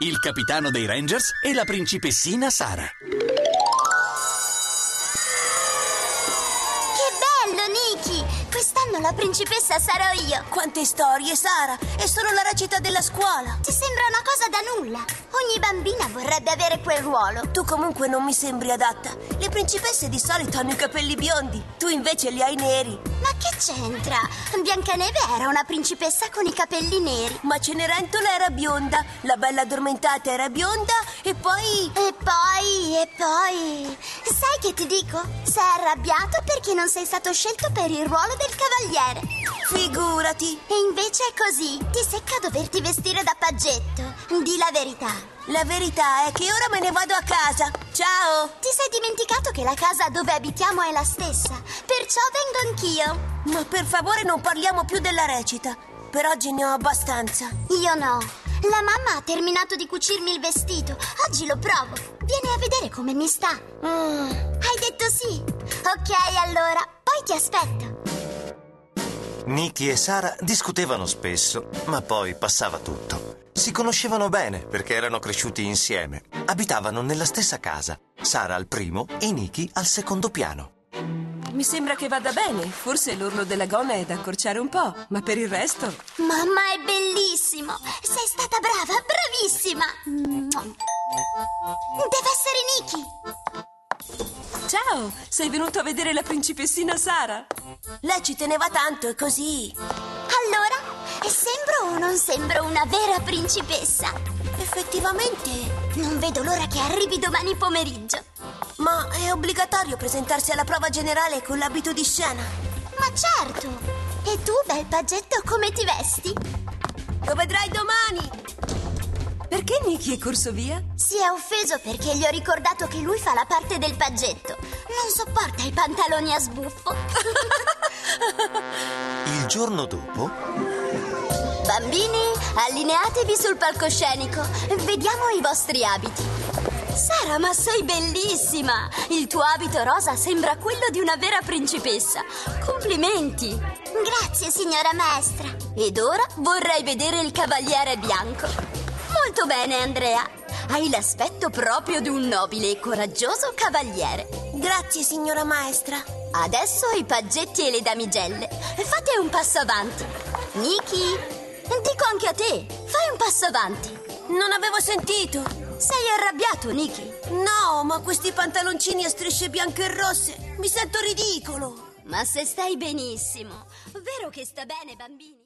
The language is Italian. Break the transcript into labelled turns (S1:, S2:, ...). S1: il capitano dei Rangers e la principessina Sara.
S2: Che bello, Nicky! Quest'anno la principessa sarò io.
S3: Quante storie, Sara! È solo la recita della scuola.
S2: Ti sembra una cosa da nulla. Ogni bambina vorrebbe avere quel ruolo.
S3: Tu comunque non mi sembri adatta. Le principesse di solito hanno i capelli biondi, tu invece li hai neri.
S2: Ma che c'entra? Biancaneve era una principessa con i capelli neri.
S3: Ma Cenerentola era bionda, la bella addormentata era bionda e poi...
S2: E poi, e poi... Sai che ti dico? Sei arrabbiato perché non sei stato scelto per il ruolo del cavaliere.
S3: Figurati!
S2: E invece è così. Ti secca doverti vestire da paggetto. Di la verità.
S3: La verità è che ora me ne vado a casa. Ciao!
S2: Ti sei dimenticato che la casa dove abitiamo è la stessa. Perciò vengo
S3: anch'io. Ma per favore non parliamo più della recita. Per oggi ne ho abbastanza.
S2: Io no. La mamma ha terminato di cucirmi il vestito. Oggi lo provo. Vieni a vedere come mi sta.
S3: Mm.
S2: Hai detto sì. Ok, allora. Poi ti aspetto.
S4: Nicky e Sara discutevano spesso, ma poi passava tutto. Si conoscevano bene perché erano cresciuti insieme. Abitavano nella stessa casa, Sara al primo e Nicky al secondo piano.
S5: Mi sembra che vada bene, forse l'orlo della gonna è da accorciare un po', ma per il resto...
S2: Mamma è bellissimo! Sei stata brava, bravissima! Mm. Deve essere Nicky!
S5: Ciao, sei venuto a vedere la principessina Sara?
S3: Lei ci teneva tanto, è così.
S2: Allora, sembro o non sembro una vera principessa?
S3: Effettivamente,
S2: non vedo l'ora che arrivi domani pomeriggio.
S3: Ma è obbligatorio presentarsi alla prova generale con l'abito di scena.
S2: Ma certo! E tu, bel paggetto, come ti vesti?
S3: Lo vedrai domani!
S5: Perché Nicky è corso via?
S2: Si è offeso perché gli ho ricordato che lui fa la parte del paggetto. Non sopporta i pantaloni a sbuffo.
S4: Il giorno dopo.
S2: Bambini, allineatevi sul palcoscenico. Vediamo i vostri abiti. Sara, ma sei bellissima! Il tuo abito rosa sembra quello di una vera principessa. Complimenti!
S3: Grazie, signora maestra.
S2: Ed ora vorrei vedere il cavaliere bianco. Molto bene, Andrea. Hai l'aspetto proprio di un nobile e coraggioso cavaliere.
S3: Grazie, signora maestra.
S2: Adesso i paggetti e le damigelle. Fate un passo avanti. Niki, dico anche a te, fai un passo avanti.
S3: Non avevo sentito.
S2: Sei arrabbiato, Niki?
S3: No, ma questi pantaloncini a strisce bianche e rosse. Mi sento ridicolo.
S2: Ma se stai benissimo. Vero che sta bene, bambini?